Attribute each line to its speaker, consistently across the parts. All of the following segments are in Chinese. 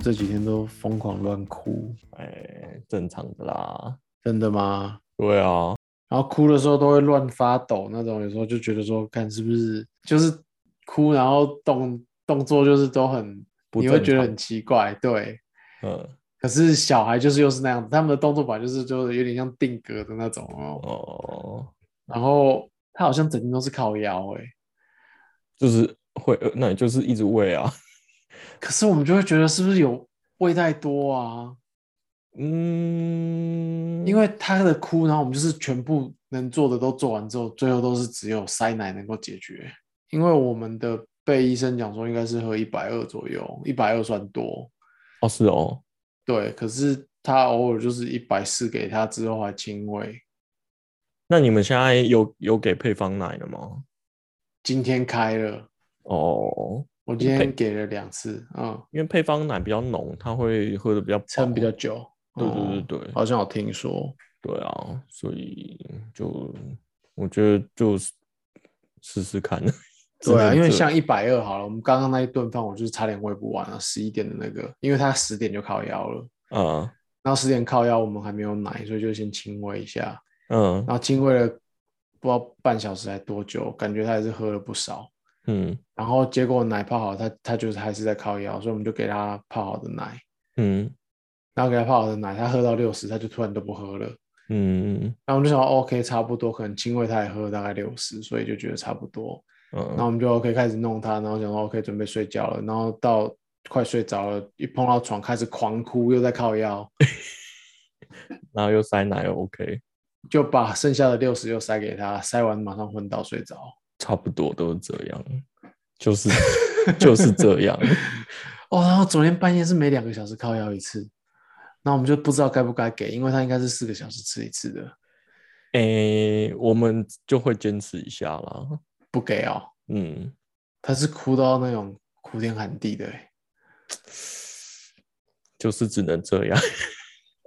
Speaker 1: 这几天都疯狂乱哭，
Speaker 2: 哎，正常的啦。
Speaker 1: 真的吗？
Speaker 2: 对啊，
Speaker 1: 然后哭的时候都会乱发抖那种，有时候就觉得说，看是不是就是哭，然后动动作就是都很，
Speaker 2: 不
Speaker 1: 你会
Speaker 2: 正
Speaker 1: 觉得
Speaker 2: 常
Speaker 1: 很奇怪，对。
Speaker 2: 嗯，
Speaker 1: 可是小孩就是又是那样子，他们的动作法就是就是有点像定格的那种哦。
Speaker 2: 哦，
Speaker 1: 然后他好像整天都是靠腰哎、
Speaker 2: 就是会，呃那你就是一直喂啊。
Speaker 1: 可是我们就会觉得是不是有喂太多啊？
Speaker 2: 嗯，
Speaker 1: 因为他的哭，然后我们就是全部能做的都做完之后，最后都是只有塞奶能够解决。因为我们的被医生讲说应该是喝一百二左右，一百二算多，
Speaker 2: 哦是哦，
Speaker 1: 对。可是他偶尔就是一百四给他之后还亲喂，
Speaker 2: 那你们现在有有给配方奶了吗？
Speaker 1: 今天开了，
Speaker 2: 哦，
Speaker 1: 我今天给了两次，嗯，
Speaker 2: 因为配方奶比较浓，它会喝的比较饱
Speaker 1: 撑比较久。
Speaker 2: 对对
Speaker 1: 哦
Speaker 2: 对对、
Speaker 1: 好像有听说，
Speaker 2: 对啊，所以就我觉得就是试试看。只
Speaker 1: 对啊，
Speaker 2: 能
Speaker 1: 因为
Speaker 2: 这
Speaker 1: 像一百二好了，我们刚刚那一顿饭我就是差点喂不完了，十一点的那个，因为他十点就靠腰了，
Speaker 2: 嗯
Speaker 1: 然后十点靠腰我们还没有奶，所以就先亲喂一下，
Speaker 2: 嗯
Speaker 1: 然后亲喂了不知道半小时还多久，感觉他还是喝了不少，
Speaker 2: 嗯
Speaker 1: 然后结果奶泡好，他他就是还是在靠腰，所以我们就给他泡好的奶，
Speaker 2: 嗯
Speaker 1: 然后给他泡好的奶，他喝到六十，他就突然都不喝了，
Speaker 2: 嗯
Speaker 1: 然后我们就想说 OK 差不多，可能亲喂他也喝了大概六十，所以就觉得差不多，然后
Speaker 2: 嗯
Speaker 1: 我们就 OK 开始弄他，然后想说 OK 准备睡觉了，然后到快睡着了，一碰到床开始狂哭，又在靠腰，
Speaker 2: 然后又塞奶又 OK，
Speaker 1: 就把剩下的六十又塞给他，塞完马上昏倒睡着。
Speaker 2: 差不多都是这样，就是就是 这样。
Speaker 1: 哦，然后昨天半夜是每两个小时靠腰一次，那我们就不知道该不该给，因为他应该是四个小时吃一次的，
Speaker 2: 诶、我们就会坚持一下啦。
Speaker 1: 不给哦，
Speaker 2: 嗯，
Speaker 1: 他是哭到那种哭天喊地的欸。
Speaker 2: 就是只能这样。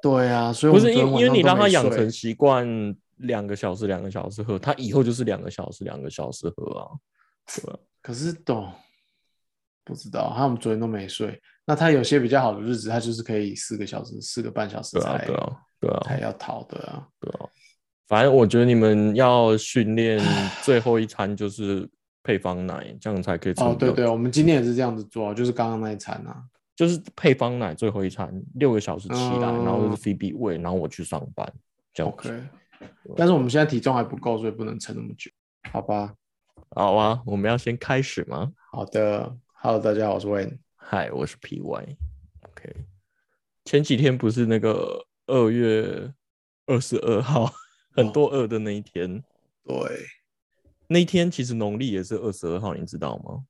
Speaker 1: 对啊，所以
Speaker 2: 不
Speaker 1: 我
Speaker 2: 是
Speaker 1: 们
Speaker 2: 因
Speaker 1: 昨天
Speaker 2: 因为
Speaker 1: 晚
Speaker 2: 你
Speaker 1: 上
Speaker 2: 让
Speaker 1: 都
Speaker 2: 他
Speaker 1: 没
Speaker 2: 养
Speaker 1: 睡
Speaker 2: 成习惯，两个小时两个小时喝，他以后就是两个小时两个小时喝啊。对啊，
Speaker 1: 可是懂，不知道，他们昨天都没睡。那他有些比较好的日子，他就是可以四个小时、四个半小时
Speaker 2: 对
Speaker 1: 才、
Speaker 2: 啊，对啊，对啊
Speaker 1: 才，要逃的啊。
Speaker 2: 对啊。反正我觉得你们要训练最后一餐就是配方奶，这样才可以撑
Speaker 1: 哦，对
Speaker 2: 得
Speaker 1: 对，我们今天也是这样子做，就是刚刚那一餐啊。
Speaker 2: 就是配方奶最后一餐六个小时起来，然后
Speaker 1: 嗯
Speaker 2: 就是 Phoebe 喂，然后我去上班，这样子
Speaker 1: OK，但是我们现在体重还不够，所以不能撑那么久，好吧？
Speaker 2: 好啊，我们要先开始吗？
Speaker 1: 好的，Hello，大家好，我是 Wayne。
Speaker 2: 嗨，我是 PY。OK，前几天不是那个二月二十二号， 很多二的那一天，
Speaker 1: 对，
Speaker 2: 那一天其实农历也是二十二号，你知道吗？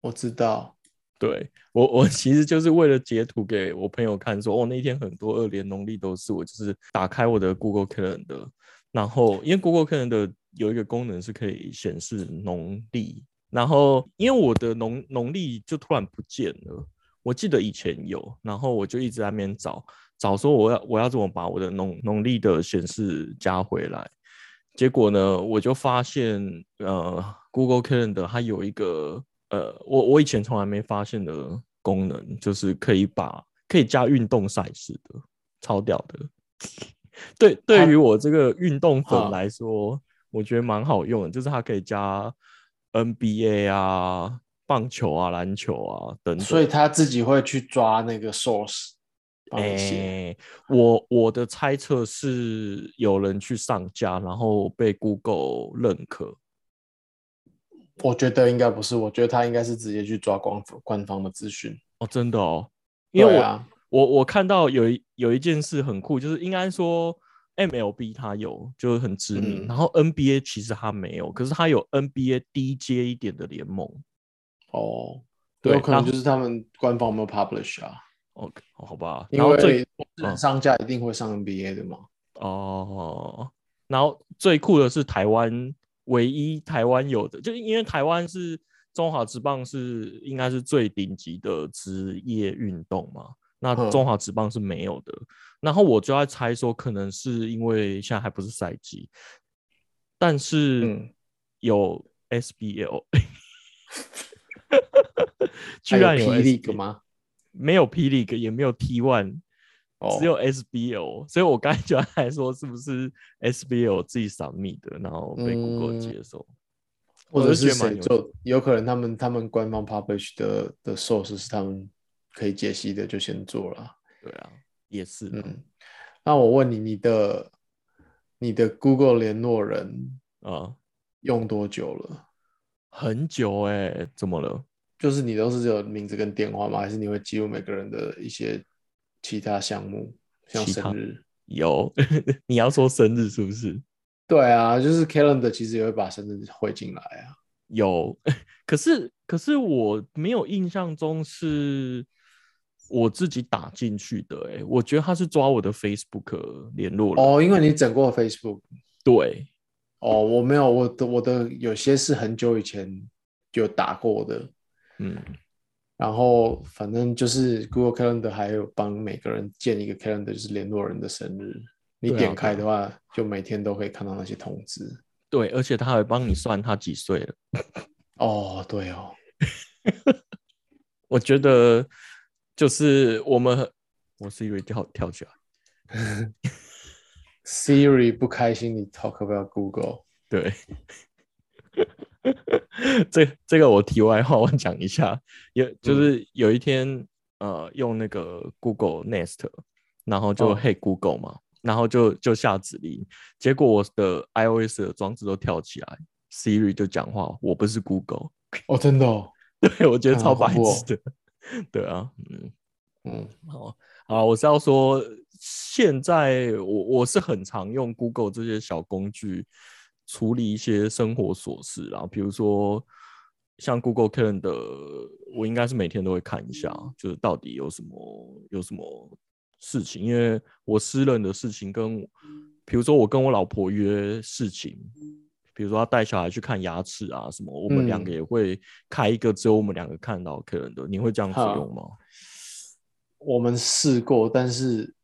Speaker 1: 我知道，
Speaker 2: 对我，我其实就是为了截图给我朋友看说，哦，那一天很多二连农历都是我，就是打开我的 Google Calendar，然后因为 Google Calendar 有一个功能是可以显示农历，然后因为我的农农历就突然不见了，我记得以前有，然后我就一直在那边找找说我要我要怎么把我的农农历的显示加回来，结果呢，我就发现，呃，Google Calendar 它有一个，呃，我我以前从来没发现的功能，就是可以把可以加运动赛事的，超屌的。 对，对于我这个运动粉
Speaker 1: 好
Speaker 2: 来说，我觉得蛮好用的，就是它可以加 NBA 啊、棒球啊、篮球啊等等。
Speaker 1: 所以他自己会去抓那个 source 帮你写。
Speaker 2: 诶我我的猜测是有人去上架，然后被 Google 认可。
Speaker 1: 我觉得应该不是，我觉得他应该是直接去抓官官方的资讯。
Speaker 2: 哦，真的哦，因为
Speaker 1: 对
Speaker 2: 我、
Speaker 1: 啊，
Speaker 2: 我我看到有一有一件事很酷，就是应该说 MLB 它有，就是很知名，
Speaker 1: 嗯
Speaker 2: 然后 NBA 其实它没有，可是它有 NBA 低阶一点的联盟。
Speaker 1: 哦，
Speaker 2: 对
Speaker 1: 有可
Speaker 2: 然
Speaker 1: 能
Speaker 2: 后
Speaker 1: 就是他们官方有没有 publish 啊？
Speaker 2: OK，好哦吧，
Speaker 1: 因
Speaker 2: 然后最嗯
Speaker 1: 为上架一定会上 NBA 的嘛。
Speaker 2: 哦，然后最酷的是台湾唯一台湾有的，就是因为台湾是中华职棒是应该是最顶级的职业运动嘛，那
Speaker 1: 嗯
Speaker 2: 中华职棒是没有的。然后我就在猜说，可能是因为现在还不是赛季，但是
Speaker 1: 嗯
Speaker 2: 有 SBL，、居
Speaker 1: 还有
Speaker 2: 然有
Speaker 1: P
Speaker 2: s
Speaker 1: League 吗？
Speaker 2: 没有 P League 也没有 T One，
Speaker 1: 哦
Speaker 2: 只有 SBL，、所以我刚才就还说是不是 SBL 自己 submit 的，然后被 Google
Speaker 1: 嗯
Speaker 2: 接收，
Speaker 1: 或者
Speaker 2: 我就是觉得
Speaker 1: 谁
Speaker 2: 蛮有趣
Speaker 1: 做，有可能他们他们官方 publish 的的 source 是他们可以解析的，就先做了。
Speaker 2: 对啊，也是啊，
Speaker 1: 嗯，那我问你，你的你的 Google 联络人
Speaker 2: 啊
Speaker 1: 用多久了？
Speaker 2: 很久哎、怎么了？
Speaker 1: 就是你都是只有名字跟电话吗？还是你会记录每个人的一些其他项目，像
Speaker 2: 其他
Speaker 1: 生日？
Speaker 2: 有， 你要说生日是不是？
Speaker 1: 对啊，就是 calendar 其实也会把生日汇进来啊。
Speaker 2: 有， 可是可是我没有印象中是我自己打进去的、欸，我觉得他是抓我的 Facebook 联络人，
Speaker 1: 哦，因为你整过 Facebook。
Speaker 2: 对，
Speaker 1: 哦，我没有，我的我的有些是很久以前有打过的，
Speaker 2: 嗯，
Speaker 1: 然后反正就是 Google Calendar 还有帮每个人建一个 calendar，就是联络人的生日。你
Speaker 2: 对啊
Speaker 1: 点开
Speaker 2: 对
Speaker 1: 的话，就每天都可以看到那些通知。
Speaker 2: 对，而且他还帮你算他几岁了，
Speaker 1: 哦，对哦，
Speaker 2: 我觉得就是我们很，我是以为跳跳起来，
Speaker 1: Siri 不开心，你 talk about Google。
Speaker 2: 对。 这这个我题外话我讲一下，有
Speaker 1: 嗯
Speaker 2: 就是有一天呃用那个 Google Nest，然后就
Speaker 1: 哦
Speaker 2: Hey Google 嘛，然后就就下指令，结果我的 iOS 的装置都跳起来，Siri 就讲话，我不是 Google，
Speaker 1: 哦，真的哦，
Speaker 2: 对我觉得
Speaker 1: 啊
Speaker 2: 超
Speaker 1: 好
Speaker 2: 白
Speaker 1: 恐怖哦
Speaker 2: 痴的， 对啊，嗯。
Speaker 1: 嗯，
Speaker 2: 好哦好，我是要说，现在我我是很常用 Google 这些小工具处理一些生活琐事啊，比如说像 Google Calendar，我应该是每天都会看一下，
Speaker 1: 嗯
Speaker 2: 就是到底有什么有什么事情，因为我私人的事情跟，
Speaker 1: 嗯
Speaker 2: 比如说我跟我老婆约事情。比如说要带小孩去看牙齿啊什么，我们两
Speaker 1: 嗯
Speaker 2: 个也会开一个只有我们两个看到的 calendar，你会这样子
Speaker 1: 好
Speaker 2: 用吗？
Speaker 1: 我们试过，但是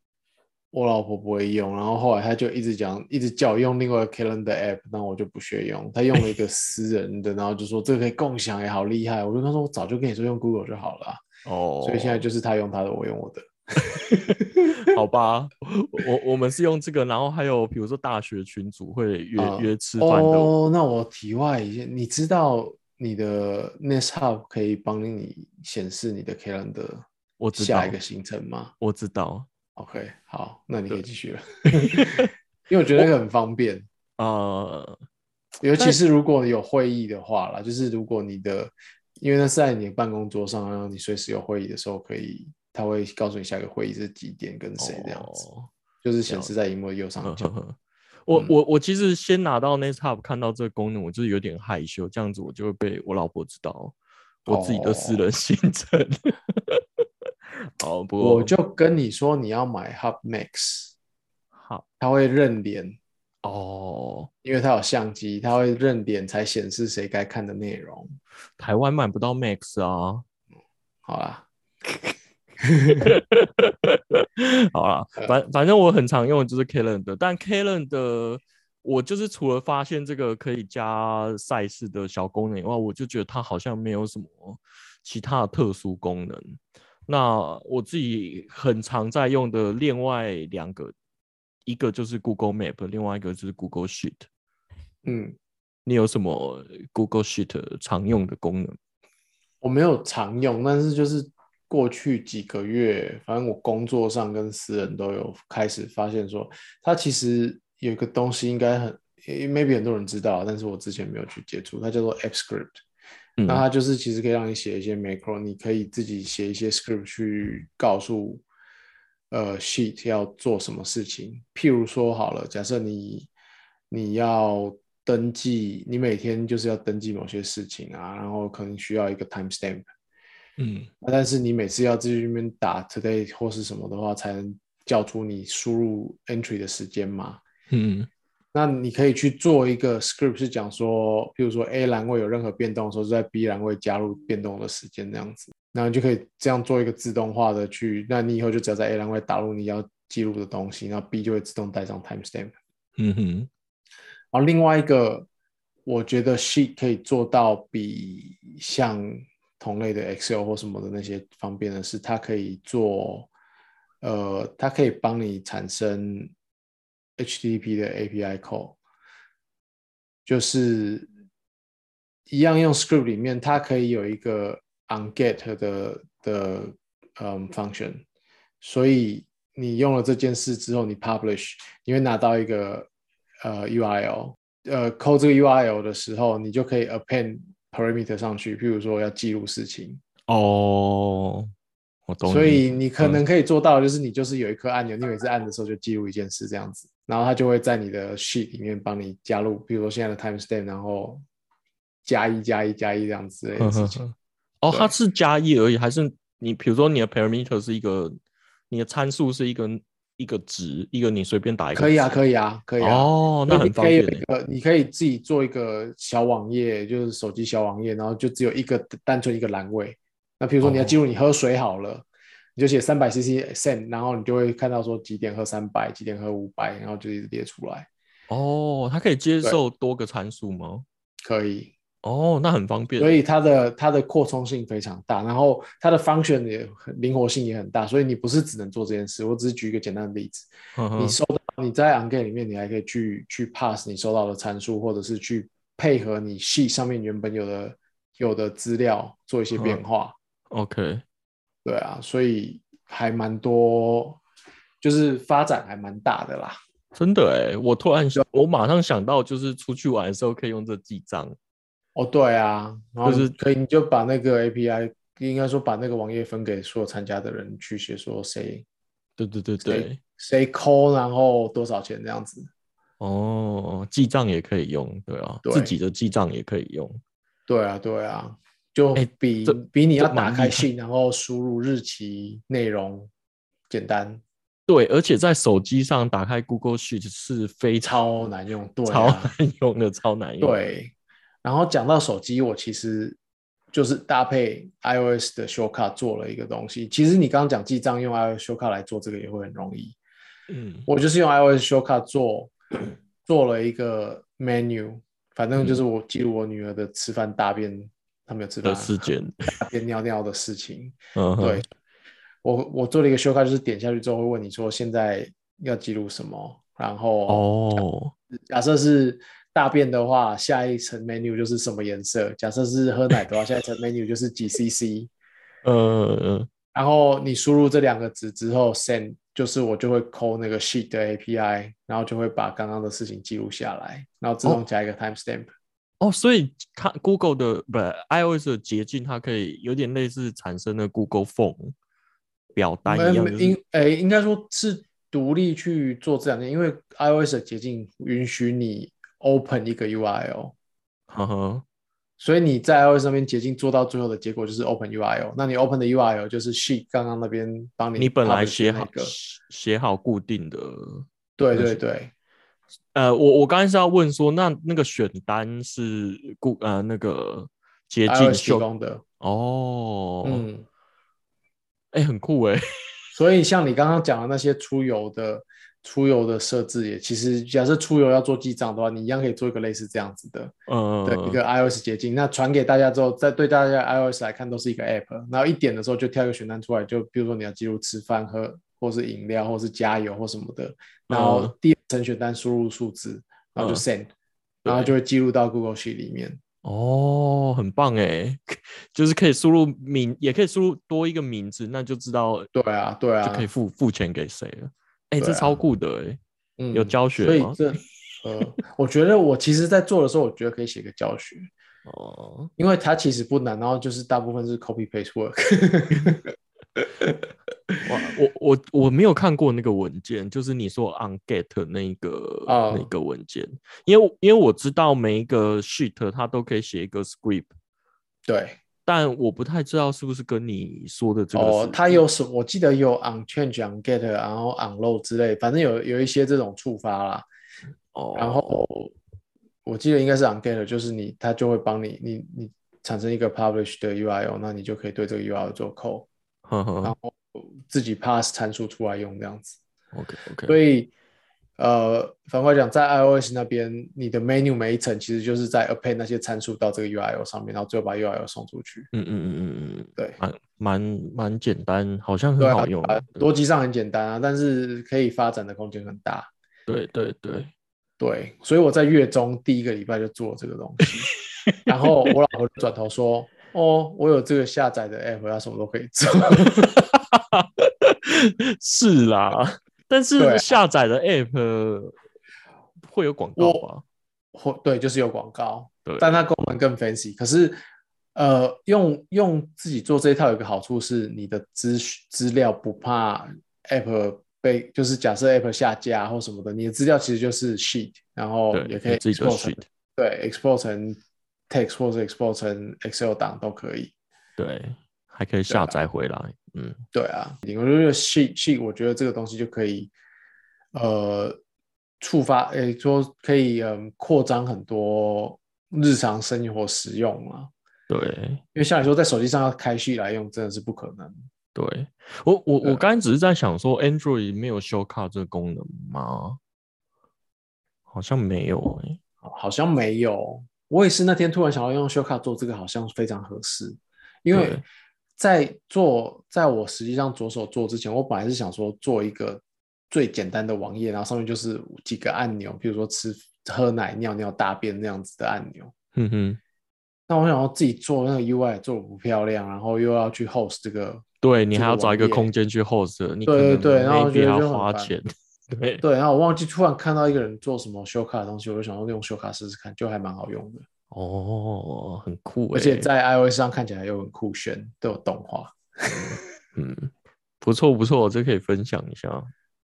Speaker 1: 我老婆不会用，然后后来她就一直讲，一直叫我用另外一个 Calendar app，那我就不学用。她用了一个私人的，然后就说这个可以共享，也好厉害。我就跟她说，我早就跟你说用 Google 就好了啊、
Speaker 2: 哦，
Speaker 1: 所以现在就是她用她的，我用我的。
Speaker 2: 好吧，我我们是用这个，然后还有比如说大学群组会约、
Speaker 1: 啊
Speaker 2: 约吃饭的，
Speaker 1: 哦，那我题外一下，你知道你的 Nest Hub 可以帮你显示你的 Calendar
Speaker 2: 我知道
Speaker 1: 下一，个行程吗
Speaker 2: 我知道，
Speaker 1: ？OK，好，那你可以继 续了，因为我觉得那个很方便。
Speaker 2: 呃，
Speaker 1: 尤其
Speaker 2: 但
Speaker 1: 是如果有会议的话啦，就是如果你的，因为那是在你的办公桌上，然后你随时有会议的时候，可以他会告诉你下一个会议是几点跟谁这样子，
Speaker 2: 哦
Speaker 1: 就是显示在荧幕的右
Speaker 2: 呵
Speaker 1: 上
Speaker 2: 呵
Speaker 1: 角。
Speaker 2: 呵我
Speaker 1: 嗯
Speaker 2: 我我其实先拿到 Nest Hub 看到这个功能，我就是有点害羞，这样子我就会被我老婆知道我自己的私
Speaker 1: 哦
Speaker 2: 人行程。 哦，不过
Speaker 1: 我就跟你说你要买 Hub Max，
Speaker 2: 好
Speaker 1: 它会认脸，
Speaker 2: 哦，
Speaker 1: 因为它有相机，它会认脸才显示谁该看的内容。
Speaker 2: 台湾买不到 Max 啊。
Speaker 1: 好啦，
Speaker 2: 好啦，
Speaker 1: 嗯
Speaker 2: 反反正我很常用的就是 Calendar，但 Calendar 我就是除了发现这个可以加赛事的小功能以外，我就觉得它好像没有什么其他的特殊功能。那我自己很常在用的另外两个，一个就是 Google Map，另外一个就是 Google Sheet。
Speaker 1: 嗯，
Speaker 2: 你有什么 Google Sheet 常用的功能？
Speaker 1: 我没有常用，但是就是过去几个月，反正我工作上跟私人都有开始发现说，它其实有一个东西应该很诶，maybe 很多人知道，但是我之前没有去接触，它叫做 AppScript。
Speaker 2: 嗯
Speaker 1: 那它就是其实可以让你写一些 macro，你可以自己写一些 script 去告诉呃 sheet 要做什么事情。譬如说好了，假设你你要登记，你每天就是要登记某些事情啊，然后可能需要一个 timestamp，
Speaker 2: 嗯
Speaker 1: 那但是你每次要自己那边打 today 或是什么的话，才能叫出你输入 entry 的时间嘛。
Speaker 2: 嗯
Speaker 1: 那你可以去做一个 script，是讲说，譬如说 A 栏位有任何变动的时候，就在 B 栏位加入变动的时间这样子，然后你就可以这样做一个自动化的去，那你以后就只要在 A 栏位打入你要记录的东西，然后 B 就会自动带上 timestamp。
Speaker 2: 嗯哼
Speaker 1: 然后另外一个，我觉得 Sheet 可以做到比像同类的 Excel 或什么的那些方便的是，它可以做，呃，它可以帮你产生 HTTP 的 API call，就是一样用 script 里面，它可以有一个 on get 的的嗯 function，所以你用了这件事之后，你 publish，你会拿到一个呃 URL，呃扣这个 URL 的时候，你就可以 append parameter 上去，譬如说要记录事情，
Speaker 2: 哦，我懂你。
Speaker 1: 所以你可能可以做到，就是你就是有一颗按钮，你每次按的时候就记录一件事这样子，然后它就会在你的 sheet 里面帮你加入，比如说现在的 timestamp，然后加一加一加一这样子类的
Speaker 2: 嗯
Speaker 1: 事
Speaker 2: 哼
Speaker 1: 情。
Speaker 2: 哼哦，
Speaker 1: 对
Speaker 2: 它是加一而已，还是你比如说你的 parameter 是一个，你的参数是一个一个值，一个你随便打一个
Speaker 1: 可以啊，
Speaker 2: 值
Speaker 1: 可以啊，可以啊。
Speaker 2: 哦，那
Speaker 1: 所以
Speaker 2: 很
Speaker 1: 你
Speaker 2: 方
Speaker 1: 可以
Speaker 2: 便
Speaker 1: 有一
Speaker 2: 欸。
Speaker 1: 个，你可以自己做一个小网页，就是手机小网页，然后就只有一个单纯一个栏位。那比如说你要
Speaker 2: 哦
Speaker 1: 记录你喝水好了，你就写三百 CC send，然后你就会看到说几点喝三百，几点喝五百，然后就一直列出来。
Speaker 2: 哦，它可以接
Speaker 1: 对
Speaker 2: 受多个参数吗？
Speaker 1: 可以，
Speaker 2: 哦，那很方便。
Speaker 1: 所以它的它的扩充性非常大，然后它的 function 也很灵活性也很大，所以你不是只能做这件事。我只是举一个简单的例子，
Speaker 2: 嗯哼
Speaker 1: 你收到你在 on g a m e 里面，你还可以去去 pass 你收到的参数，或者是去配合你系上面原本有的有的资料做一些变化。
Speaker 2: OK，嗯
Speaker 1: 对啊，所以还蛮多，就是发展还蛮大的啦。
Speaker 2: 真的哎，我突然想，我马上想到，就是出去玩的时候可以用这记账。
Speaker 1: 哦，对啊，然后
Speaker 2: 就是
Speaker 1: 可以你就把那个 API，应该说把那个网页分给所有参加的人去写说谁
Speaker 2: 对对对
Speaker 1: 对
Speaker 2: 对，
Speaker 1: 谁抠，然后多少钱这样子。
Speaker 2: 哦，记账也可以用，对啊，
Speaker 1: 对
Speaker 2: 自己的记账也可以用。
Speaker 1: 对啊，对啊，就
Speaker 2: 哎
Speaker 1: 比、
Speaker 2: 这
Speaker 1: 比你要打
Speaker 2: 这蛮厉
Speaker 1: 开
Speaker 2: 害
Speaker 1: 信，然后输入日期、内容，简单，
Speaker 2: 对，而且在手机上打开 Google Sheet 是非常
Speaker 1: 超难用。对、
Speaker 2: 超
Speaker 1: 啊，
Speaker 2: 难用的，超难用。，
Speaker 1: 对。然后讲到手机，我其实就是搭配 iOS 的 shortcut 做了一个东西。其实你刚刚讲记账用 iOS shortcut 来做这个也会很容易。
Speaker 2: 嗯，
Speaker 1: 我就是用 iOS shortcut 做做了一个 menu，反正
Speaker 2: 嗯
Speaker 1: 就是我记录我女儿的吃饭、大便，她没有吃
Speaker 2: 的
Speaker 1: 饭，
Speaker 2: 事件，
Speaker 1: 大便、尿尿的事情。
Speaker 2: 嗯，
Speaker 1: 啊对，我我做了一个修改，就是点下去之后会问你说现在要记录什么，然后
Speaker 2: 哦，
Speaker 1: 假设是大便的话，下一层 menu 就是什么颜色；假设是喝奶的话，下一层 menu 就是几 cc。
Speaker 2: 呃，
Speaker 1: 然后你输入这两个值之后，send 就是我就会抠那个 sheet 的 API，然后就会把刚刚的事情记录下来，然后自动加一个 timestamp。
Speaker 2: 哦，所以它 Google 的不是 iOS 的捷径，它可以有点类似产生的 Google Form 表单一样，
Speaker 1: 没
Speaker 2: 就
Speaker 1: 应
Speaker 2: 是
Speaker 1: 嗯诶，应该说是独立去做这两件，因为 iOS 的捷径允许你 open 一个 URL。
Speaker 2: 呵呵，
Speaker 1: 所以你在 iOS 上面捷径做到最后的结果就是 Open URL。那你 Open 的 URL 就是 Sheet 刚刚那边帮你
Speaker 2: 你本
Speaker 1: publish
Speaker 2: 来
Speaker 1: 的
Speaker 2: 写
Speaker 1: 那
Speaker 2: 好
Speaker 1: 个，
Speaker 2: 写好固定的，
Speaker 1: 对对对，
Speaker 2: 呃，我我刚才是要问说，那那个选单是 Go 呃那个捷径
Speaker 1: iOS 提
Speaker 2: 秀
Speaker 1: 供的，
Speaker 2: 哦，
Speaker 1: 嗯。
Speaker 2: 哎，很酷哎，
Speaker 1: 所以像你刚刚讲的那些出游的出游的设置也，其实假设出游要做记账的话，你一样可以做一个类似这样子的
Speaker 2: 呃，
Speaker 1: 的一个 iOS 捷径。那传给大家之后，再对大家 iOS 来看都是一个 app。然后一点的时候就跳一个选单出来，就比如说你要记录吃饭喝，或是饮料，或是加油或什么的。然后第二层选单输入数字，然后就
Speaker 2: 嗯
Speaker 1: send，、然后就会记录到 Google Sheet 里面。
Speaker 2: 哦，很棒哎，就是可以输入名，也可以输入多一个名字，那就知道
Speaker 1: 对啊，对啊，
Speaker 2: 就可以付付钱给谁了。哎、
Speaker 1: 对
Speaker 2: 这
Speaker 1: 啊
Speaker 2: 超酷的哎，
Speaker 1: 嗯
Speaker 2: 有教学
Speaker 1: 所以
Speaker 2: 吗
Speaker 1: 这呃，我觉得我其实在做的时候，我觉得可以写个教学。
Speaker 2: 哦，
Speaker 1: 因为它其实不难，然后就是大部分是 copy paste work。
Speaker 2: 哇，我我我没有看过那个文件，就是你说 on get 那一个、那
Speaker 1: 哦
Speaker 2: 个文件，因为我因为我知道每一个 sheet 它都可以写一个 script，
Speaker 1: 对，
Speaker 2: 但我不太知道是不是跟你说的这个
Speaker 1: 哦
Speaker 2: 是，嗯
Speaker 1: 它有什我记得有 on change、on get、然后 on load 之类，反正有有一些这种触发啦。
Speaker 2: 哦，
Speaker 1: 然后我记得应该是 on get，就是你它就会帮你你你产生一个 publish 的 URL，那你就可以对这个 URL 做 call，
Speaker 2: 呵呵
Speaker 1: 自己 pass 参数出来用这样子。
Speaker 2: ，OK OK，
Speaker 1: 所以呃，反过来讲，在 iOS 那边，你的 menu 每一层其实就是在 append 那些参数到这个 URL 上面，然后最后把 URL 送出去。
Speaker 2: 嗯嗯嗯嗯嗯
Speaker 1: 对
Speaker 2: 蛮蛮蛮简单，好像
Speaker 1: 对
Speaker 2: 很
Speaker 1: 啊
Speaker 2: 好用
Speaker 1: 啊
Speaker 2: 的。
Speaker 1: 逻辑上很简单啊，但是可以发展的空间很大。
Speaker 2: 对对对，
Speaker 1: 对，所以我在月中第一个礼拜就做这个东西，然后我老婆就转头说：“哦，我有这个下载的 app，它什么都可以做。
Speaker 2: 是啦，但
Speaker 1: 对啊
Speaker 2: 是下载的 app 会有广告啊吧？”
Speaker 1: 或对，就是有广告，
Speaker 2: 对，
Speaker 1: 但它功能更 fancy。可是，呃，用用自己做这一套有一个好处是，你的资讯资料不怕 app 被，就是假设 app 下架或什么的，你的资料其实就是 sheet，然后
Speaker 2: 对
Speaker 1: 也可以
Speaker 2: 自己的
Speaker 1: export 成
Speaker 2: sheet
Speaker 1: 对 export 成 text 或者 export 成 Excel 档都可以。
Speaker 2: 对，还
Speaker 1: 啊
Speaker 2: 可以下载回来。嗯，
Speaker 1: 对啊，我觉得 sheet sheet，我觉得这个东西就可以，呃，触发，诶，说可以，嗯，扩张很多日常生活使用啊。
Speaker 2: 对
Speaker 1: 因为像你说，在手机上要开 sheet 来用，真的是不可能。
Speaker 2: 对，我我
Speaker 1: 对啊
Speaker 2: 我刚才只是在想说，Android 没有 shortcut 这个功能吗？好像没有欸诶、
Speaker 1: 好哦好像没有。我也是那天突然想要用 Shortcut 做这个，好像非常合适，因为
Speaker 2: 对
Speaker 1: 在做，在我实际上着手做之前，我本来是想说做一个最简单的网页，然后上面就是几个按钮，比如说吃、喝奶、尿尿、大便那样子的按钮。
Speaker 2: 哼哼，
Speaker 1: 那我想要自己做那个 UI 做的不漂亮，然后又要去 host 这个，
Speaker 2: 对你
Speaker 1: 这
Speaker 2: 还
Speaker 1: 个
Speaker 2: 要找
Speaker 1: 网
Speaker 2: 一个
Speaker 1: 页
Speaker 2: 空间去 host，你
Speaker 1: 对
Speaker 2: 可
Speaker 1: 对对
Speaker 2: 能
Speaker 1: 然后我
Speaker 2: maybe
Speaker 1: 觉得
Speaker 2: 还
Speaker 1: 就
Speaker 2: 要
Speaker 1: 很
Speaker 2: 花
Speaker 1: 烦
Speaker 2: 钱。 对
Speaker 1: 对，然后我忘记突然看到一个人做什么 Shortcut 的东西，我就想要用 Shortcut 试试看，就还蛮好用的。
Speaker 2: 哦，很酷、欸，
Speaker 1: 而且在 iOS 上看起来又很酷炫，都有动画。
Speaker 2: 嗯，不错不错，这可以分享一下。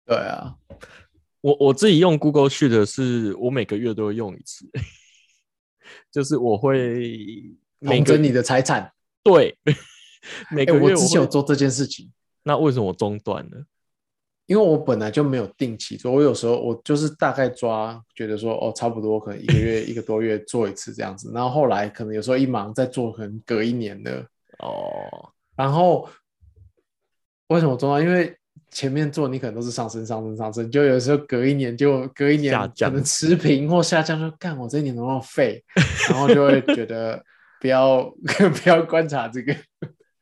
Speaker 1: 对啊，
Speaker 2: 我我自己用 Google 去的是，我每个月都会用一次，就是我会每
Speaker 1: 统
Speaker 2: 个
Speaker 1: 嗯整你的财产。
Speaker 2: 对每
Speaker 1: 哎、
Speaker 2: 个
Speaker 1: 我
Speaker 2: 月
Speaker 1: 之前
Speaker 2: 会
Speaker 1: 有做这件事情，
Speaker 2: 那为什么我中断了？
Speaker 1: 因为我本来就没有定期做，我有时候我就是大概抓，觉得说哦，差不多可能一个月、一个多月做一次这样子。然后后来可能有时候一忙再做，可能隔一年的。
Speaker 2: 哦，
Speaker 1: 然后为什么重要？因为前面做你可能都是上升、上升、上升，就有时候隔一年就隔一年
Speaker 2: 下降
Speaker 1: 可能持平或下降，就干我这一年怎么那么废，然后就会觉得 不要不要观察这个。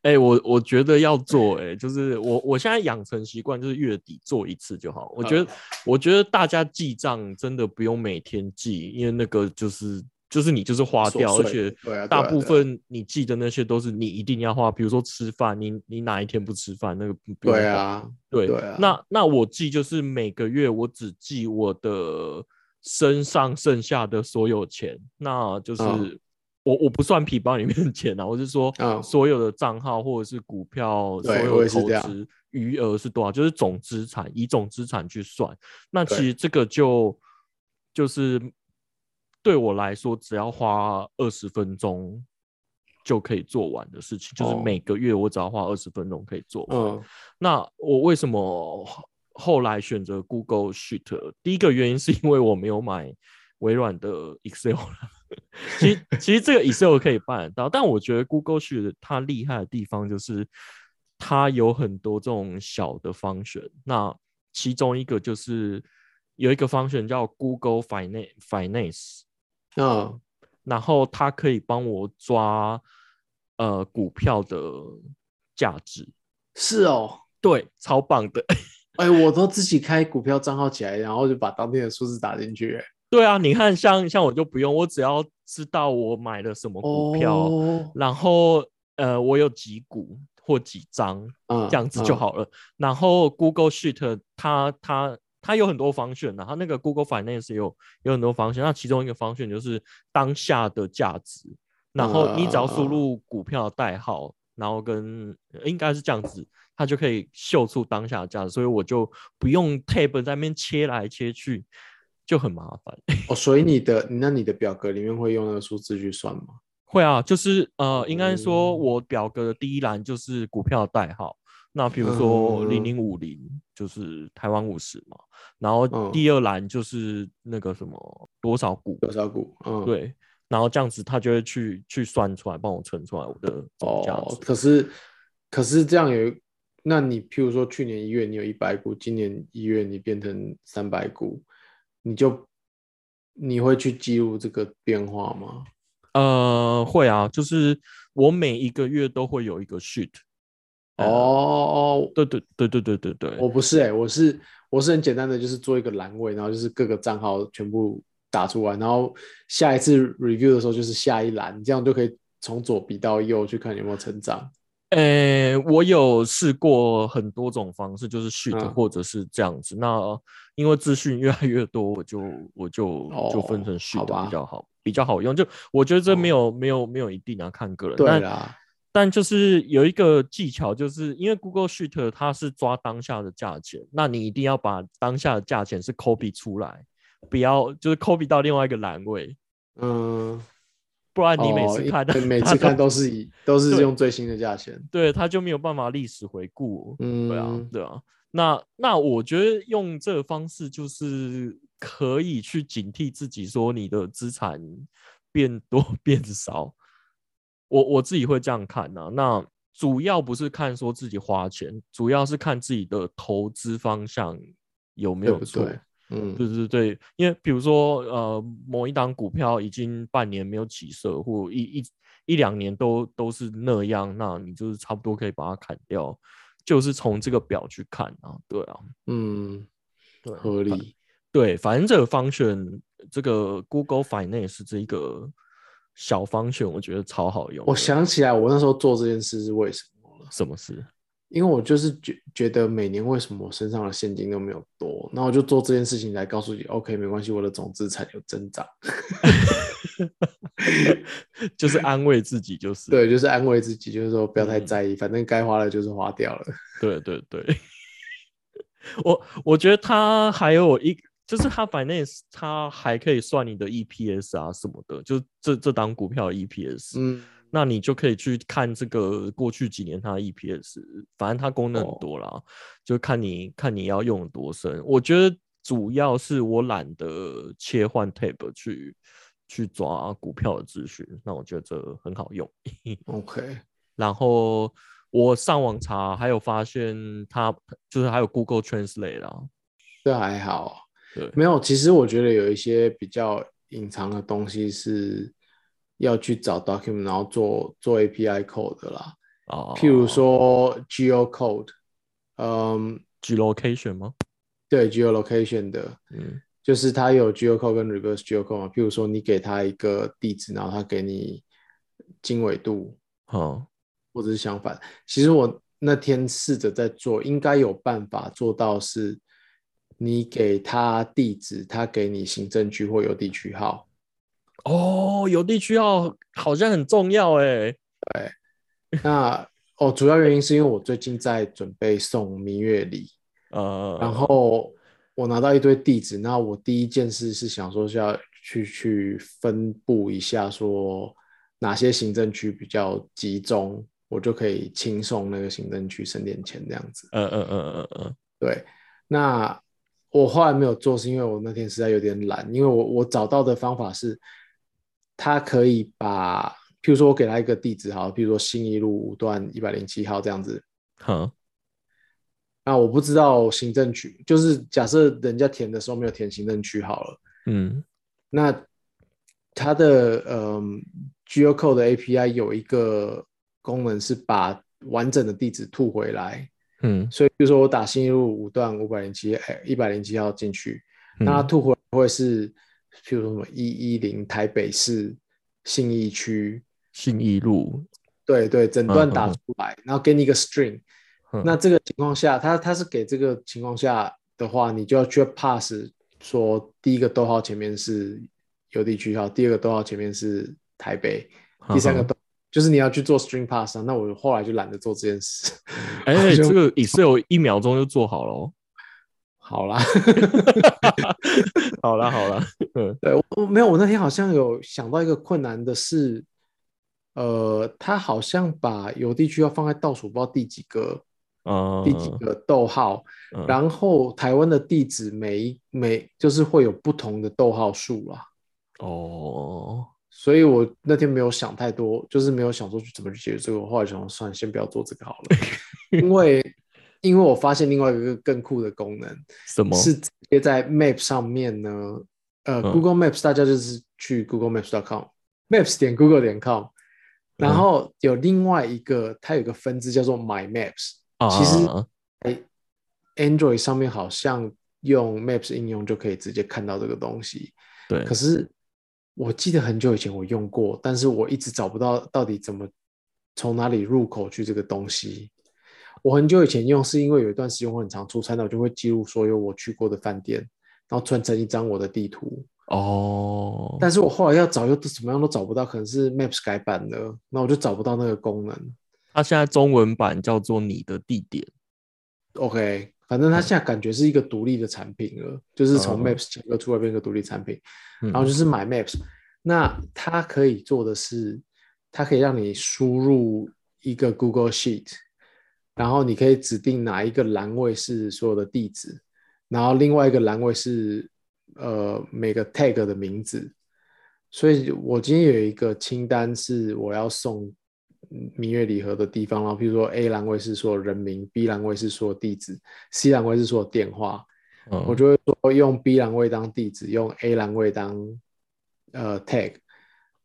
Speaker 2: 哎、我我觉得要做、哎，就是我我现在养成习惯，就是月底做一次就好。我觉得、
Speaker 1: 嗯
Speaker 2: 我觉得大家记账真的不用每天记，因为那个就是就是你就是花掉，
Speaker 1: 琐
Speaker 2: 而
Speaker 1: 碎
Speaker 2: 且
Speaker 1: 对啊对啊
Speaker 2: 大
Speaker 1: 对啊
Speaker 2: 部分你记的那些都是你一定要花，比如说吃饭，你你哪一天不吃饭，那个不不用
Speaker 1: 对
Speaker 2: 管
Speaker 1: 啊，
Speaker 2: 对，
Speaker 1: 对啊
Speaker 2: 那那我记就是每个月我只记我的身上剩下的所有钱，那就是、
Speaker 1: 嗯
Speaker 2: 我我不算皮包里面的钱啊，我是说
Speaker 1: 嗯
Speaker 2: 所有的账号或者是股票，所
Speaker 1: 对我也
Speaker 2: 有的
Speaker 1: 是
Speaker 2: 投
Speaker 1: 这样
Speaker 2: 资余额是多少，就是总资产以总资产去算。那其
Speaker 1: 对
Speaker 2: 实这个就就是对我来说，只要花二十分钟。就可以做完的事情，就是
Speaker 1: 哦
Speaker 2: 每个月我只要花二十分钟可以做完。
Speaker 1: 嗯
Speaker 2: 那我为什么后后来选择 Google Sheet？第一个原因是因为我没有买微软的 Excel 啦其实其实这个 Excel 可以办得到，但我觉得 Google Sheet 它厉害的地方就是它有很多这种小的 function。那其中一个就是有一个 function 叫 Google Finance Finance，
Speaker 1: 嗯，
Speaker 2: 然后它可以帮我抓呃股票的价值。
Speaker 1: 是哦。
Speaker 2: 对，超棒的。
Speaker 1: 哎，我都自己开股票账号起来，然后就把当天的数字打进去。哎
Speaker 2: 对啊，你看像像我就不用，我只要知道我买了什么股票，
Speaker 1: 哦，
Speaker 2: 然后呃我有几股或几张
Speaker 1: 嗯，
Speaker 2: 这样子就
Speaker 1: 嗯。
Speaker 2: 好了。然后 Google Sheet 它它它有很多方选、然后那个 Google Finance 也有有很多方选，那其中一个方选就是当下的价值，然后你只要
Speaker 1: 嗯
Speaker 2: 输入股票代号，然后跟呃应该是这样子，它就可以秀出当下的价值，所以我就不用 Tab 在那边切来切去，就很麻烦。
Speaker 1: 哦，所以你的那你的表格里面会用那个数字去算吗？
Speaker 2: 会啊，就是呃，应该说
Speaker 1: 哦
Speaker 2: 我表格的第一栏就是股票代号，那比如说
Speaker 1: 嗯
Speaker 2: 零零五零就是台湾五十嘛，然后
Speaker 1: 嗯
Speaker 2: 第二栏就是那个什么多少股，
Speaker 1: 多少股？嗯，。
Speaker 2: 对，然后这样子他就会去去算出来，帮我乘出来我的总价
Speaker 1: 哦，
Speaker 2: 值。
Speaker 1: 可是可是这样有，那你譬如说去年一月你有一百股，今年一月你变成三百股，你就你会去记录这个变化吗？
Speaker 2: 呃，会啊，就是我每一个月都会有一个 sheet。呃，
Speaker 1: 哦，
Speaker 2: 对对对对对对对，
Speaker 1: 我不是哎、我是我是很简单的，就是做一个栏位，然后就是各个账号全部打出来，然后下一次 review 的时候就是下一栏，这样就可以从左比到右去看有没有成长。
Speaker 2: 呃，我有试过很多种方式，就是 sheet
Speaker 1: 嗯
Speaker 2: 或者是这样子。那因为资讯越来越多，我就我就就分成
Speaker 1: 哦
Speaker 2: sheet
Speaker 1: 好吧哦
Speaker 2: 比较好，比较好用。就我觉得这没有没有没有一定啊，看个人。
Speaker 1: 对
Speaker 2: 但
Speaker 1: 啦，
Speaker 2: 但就是有一个技巧，就是因为 Google Sheet 它是抓当下的价钱，那你一定要把当下的价钱是 copy 出来，不要就是 copy 到另外一个栏位，
Speaker 1: 嗯，
Speaker 2: 不然你每次
Speaker 1: 哦
Speaker 2: 看到、
Speaker 1: 因 为每
Speaker 2: 它
Speaker 1: 次看
Speaker 2: 都
Speaker 1: 都是以都是
Speaker 2: 对
Speaker 1: 用最新的价钱。
Speaker 2: 对它就没有办法历史回顾。
Speaker 1: 嗯，
Speaker 2: 对啊，对啊。那那我觉得用这个方式就是可以去警惕自己，说你的资产变多 变少。我我自己会这样看呐、啊那主要不是看说自己花钱，主要是看自己的投资方向有没
Speaker 1: 对
Speaker 2: 有
Speaker 1: 不
Speaker 2: 错。
Speaker 1: 对？嗯，
Speaker 2: 对对对，因为比如说呃，某一档股票已经半年没有起色，或一一一两年都都是那样，那你就是差不多可以把它砍掉，就是从这个表去看啊，对啊，
Speaker 1: 嗯，
Speaker 2: 对，
Speaker 1: 合理。
Speaker 2: 对，反正这个 function 这个 Google Finance 这一个小 function，我觉得超好用的。
Speaker 1: 我想起来，我那时候做这件事是为什么了？
Speaker 2: 什么事？
Speaker 1: 因为我就是觉觉得每年为什么我身上的现金都没有多，那我就做这件事情来告诉你，OK，没关系，我的总资产有增长。
Speaker 2: 就是安慰自 己，就是
Speaker 1: 对，就是安慰自己，就是说不要太
Speaker 2: 嗯
Speaker 1: 在意，反正该花的就是花掉 了。
Speaker 2: 对对对， 我我觉得它还有一，就是它 finance 它还可以算你的 EPS 啊什么的，就是这这档股票的 EPS，、
Speaker 1: 嗯，
Speaker 2: 那你就可以去看这个过去几年它的 EPS，反正它功能很
Speaker 1: 哦
Speaker 2: 多啦，就看你看你要用得多深。我觉得主要是我懒得切换 tab 去去抓股票的资讯，那我觉得这很好用。
Speaker 1: OK，
Speaker 2: 然后我上网查，还有发现它就是还有 Google Translate 啦，
Speaker 1: 这还好。
Speaker 2: 对，
Speaker 1: 没有，其实我觉得有一些比较隐藏的东西是要去找 document，然后做做 API code 的啦。
Speaker 2: 啊，
Speaker 1: 譬如说 geo code，嗯，
Speaker 2: geolocation 吗？
Speaker 1: 对 geolocation 的，
Speaker 2: 嗯
Speaker 1: 就是它有 geo code 跟 reverse geo code 嘛。譬如说你给它一个地址，然后它给你经纬度，
Speaker 2: 好，
Speaker 1: 或者是相反。其实我那天试着在做，应该有办法做到是，你给他地址，他给你行政区或邮地区号。
Speaker 2: 哦，有地区要好像很重要哎、
Speaker 1: 欸那哦，主要原因是因为我最近在准备送蜜月礼，
Speaker 2: 呃，
Speaker 1: 然后我拿到一堆地址，那我第一件事是想说是要去去分布一下，说哪些行政区比较集中，我就可以轻松那个行政区省点钱这样子。
Speaker 2: 呃呃呃呃呃，
Speaker 1: 对，那我后来没有做，是因为我那天实在有点懒，因为我我找到的方法是，他可以把，譬如说我给他一个地址，好了，譬如说新一路五段一百零七号这样子，
Speaker 2: 好，
Speaker 1: 那我不知道行政区，就是假设人家填的时候没有填行政区好了，
Speaker 2: 嗯，
Speaker 1: 那它的嗯 GeoCode 的 API 有一个功能是把完整的地址吐回来，
Speaker 2: 嗯，
Speaker 1: 所以比如说我打新一路五段五百零七哎一百零七号进去，那它
Speaker 2: 嗯
Speaker 1: 吐回来会是，譬如说什么一一零台北市信义区，
Speaker 2: 信义路，
Speaker 1: 对对，整
Speaker 2: 嗯
Speaker 1: 段
Speaker 2: 嗯
Speaker 1: 打
Speaker 2: 嗯
Speaker 1: 出来，然后给你一个 string。
Speaker 2: 嗯
Speaker 1: 那这个情况下，它它是给这个情况下的话，你就要去 pass 说第一个逗号前面是邮地区号，第二个逗号前面是台北，第三个
Speaker 2: 嗯
Speaker 1: 逗。就是你要去做 string pass 啊，那我后来就懒得做这件事。
Speaker 2: 哎、
Speaker 1: 我就
Speaker 2: 这个 Excel 一秒钟就做好 了、哦，
Speaker 1: 好啦，
Speaker 2: 好啦好啦，嗯
Speaker 1: 对，我没有，我那天好像有想到一个困难的是，呃，他好像把邮地区要放在倒数，不知道第几个
Speaker 2: 呃，
Speaker 1: 第几个逗号，
Speaker 2: 嗯
Speaker 1: 然后台湾的地址每一每就是会有不同的逗号数啦，
Speaker 2: 哦，
Speaker 1: 所以我那天没有想太多，就是没有想说去怎么去解决这个，我后来想说算了，先不要做这个好 了，因为因为我发现另外一个更酷的功能，
Speaker 2: 什么
Speaker 1: 是直接在 Map 上面呢，呃、
Speaker 2: 嗯
Speaker 1: g o o g l e Maps 大家就是去 Google Maps.com Maps 点 Google 点 com，然
Speaker 2: 嗯
Speaker 1: 后有另外一个，它有一个分支叫做 My Maps，
Speaker 2: 啊，
Speaker 1: 其实 Android 上面好像用 Maps 应用就可以直接看到这个东西。
Speaker 2: 对
Speaker 1: 可，是我记得很久以前我用过，但是我一直找不到到底怎么从哪里入口去这个东西。我很久以前用是因为有一段时间我很常出差，那我就会记录所有我去过的饭店，然后串成一张我的地图。
Speaker 2: 哦，
Speaker 1: 但是我后来要找又怎么样都找不到，可能是 Maps 改版了，那我就找不到那个功能。
Speaker 2: 它现在中文版叫做你的地点，
Speaker 1: OK，反正它现在感觉是一个独立的产品了，就是从
Speaker 2: 嗯
Speaker 1: Maps 切割出来变成一个独立产品。
Speaker 2: 嗯
Speaker 1: 然后就是买 Maps，那它可以做的是，它可以让你输入一个 Google Sheet，然后你可以指定哪一个栏位是所有的地址，然后另外一个栏位是呃每个 tag 的名字。所以我今天有一个清单是我要送嗯明月礼盒的地方，然后比如说 A 栏位是说人名，B 栏位是说地址，C 栏位是说电话，
Speaker 2: 嗯，
Speaker 1: 我就会说用 B 栏位当地址，用 A 栏位当呃 tag，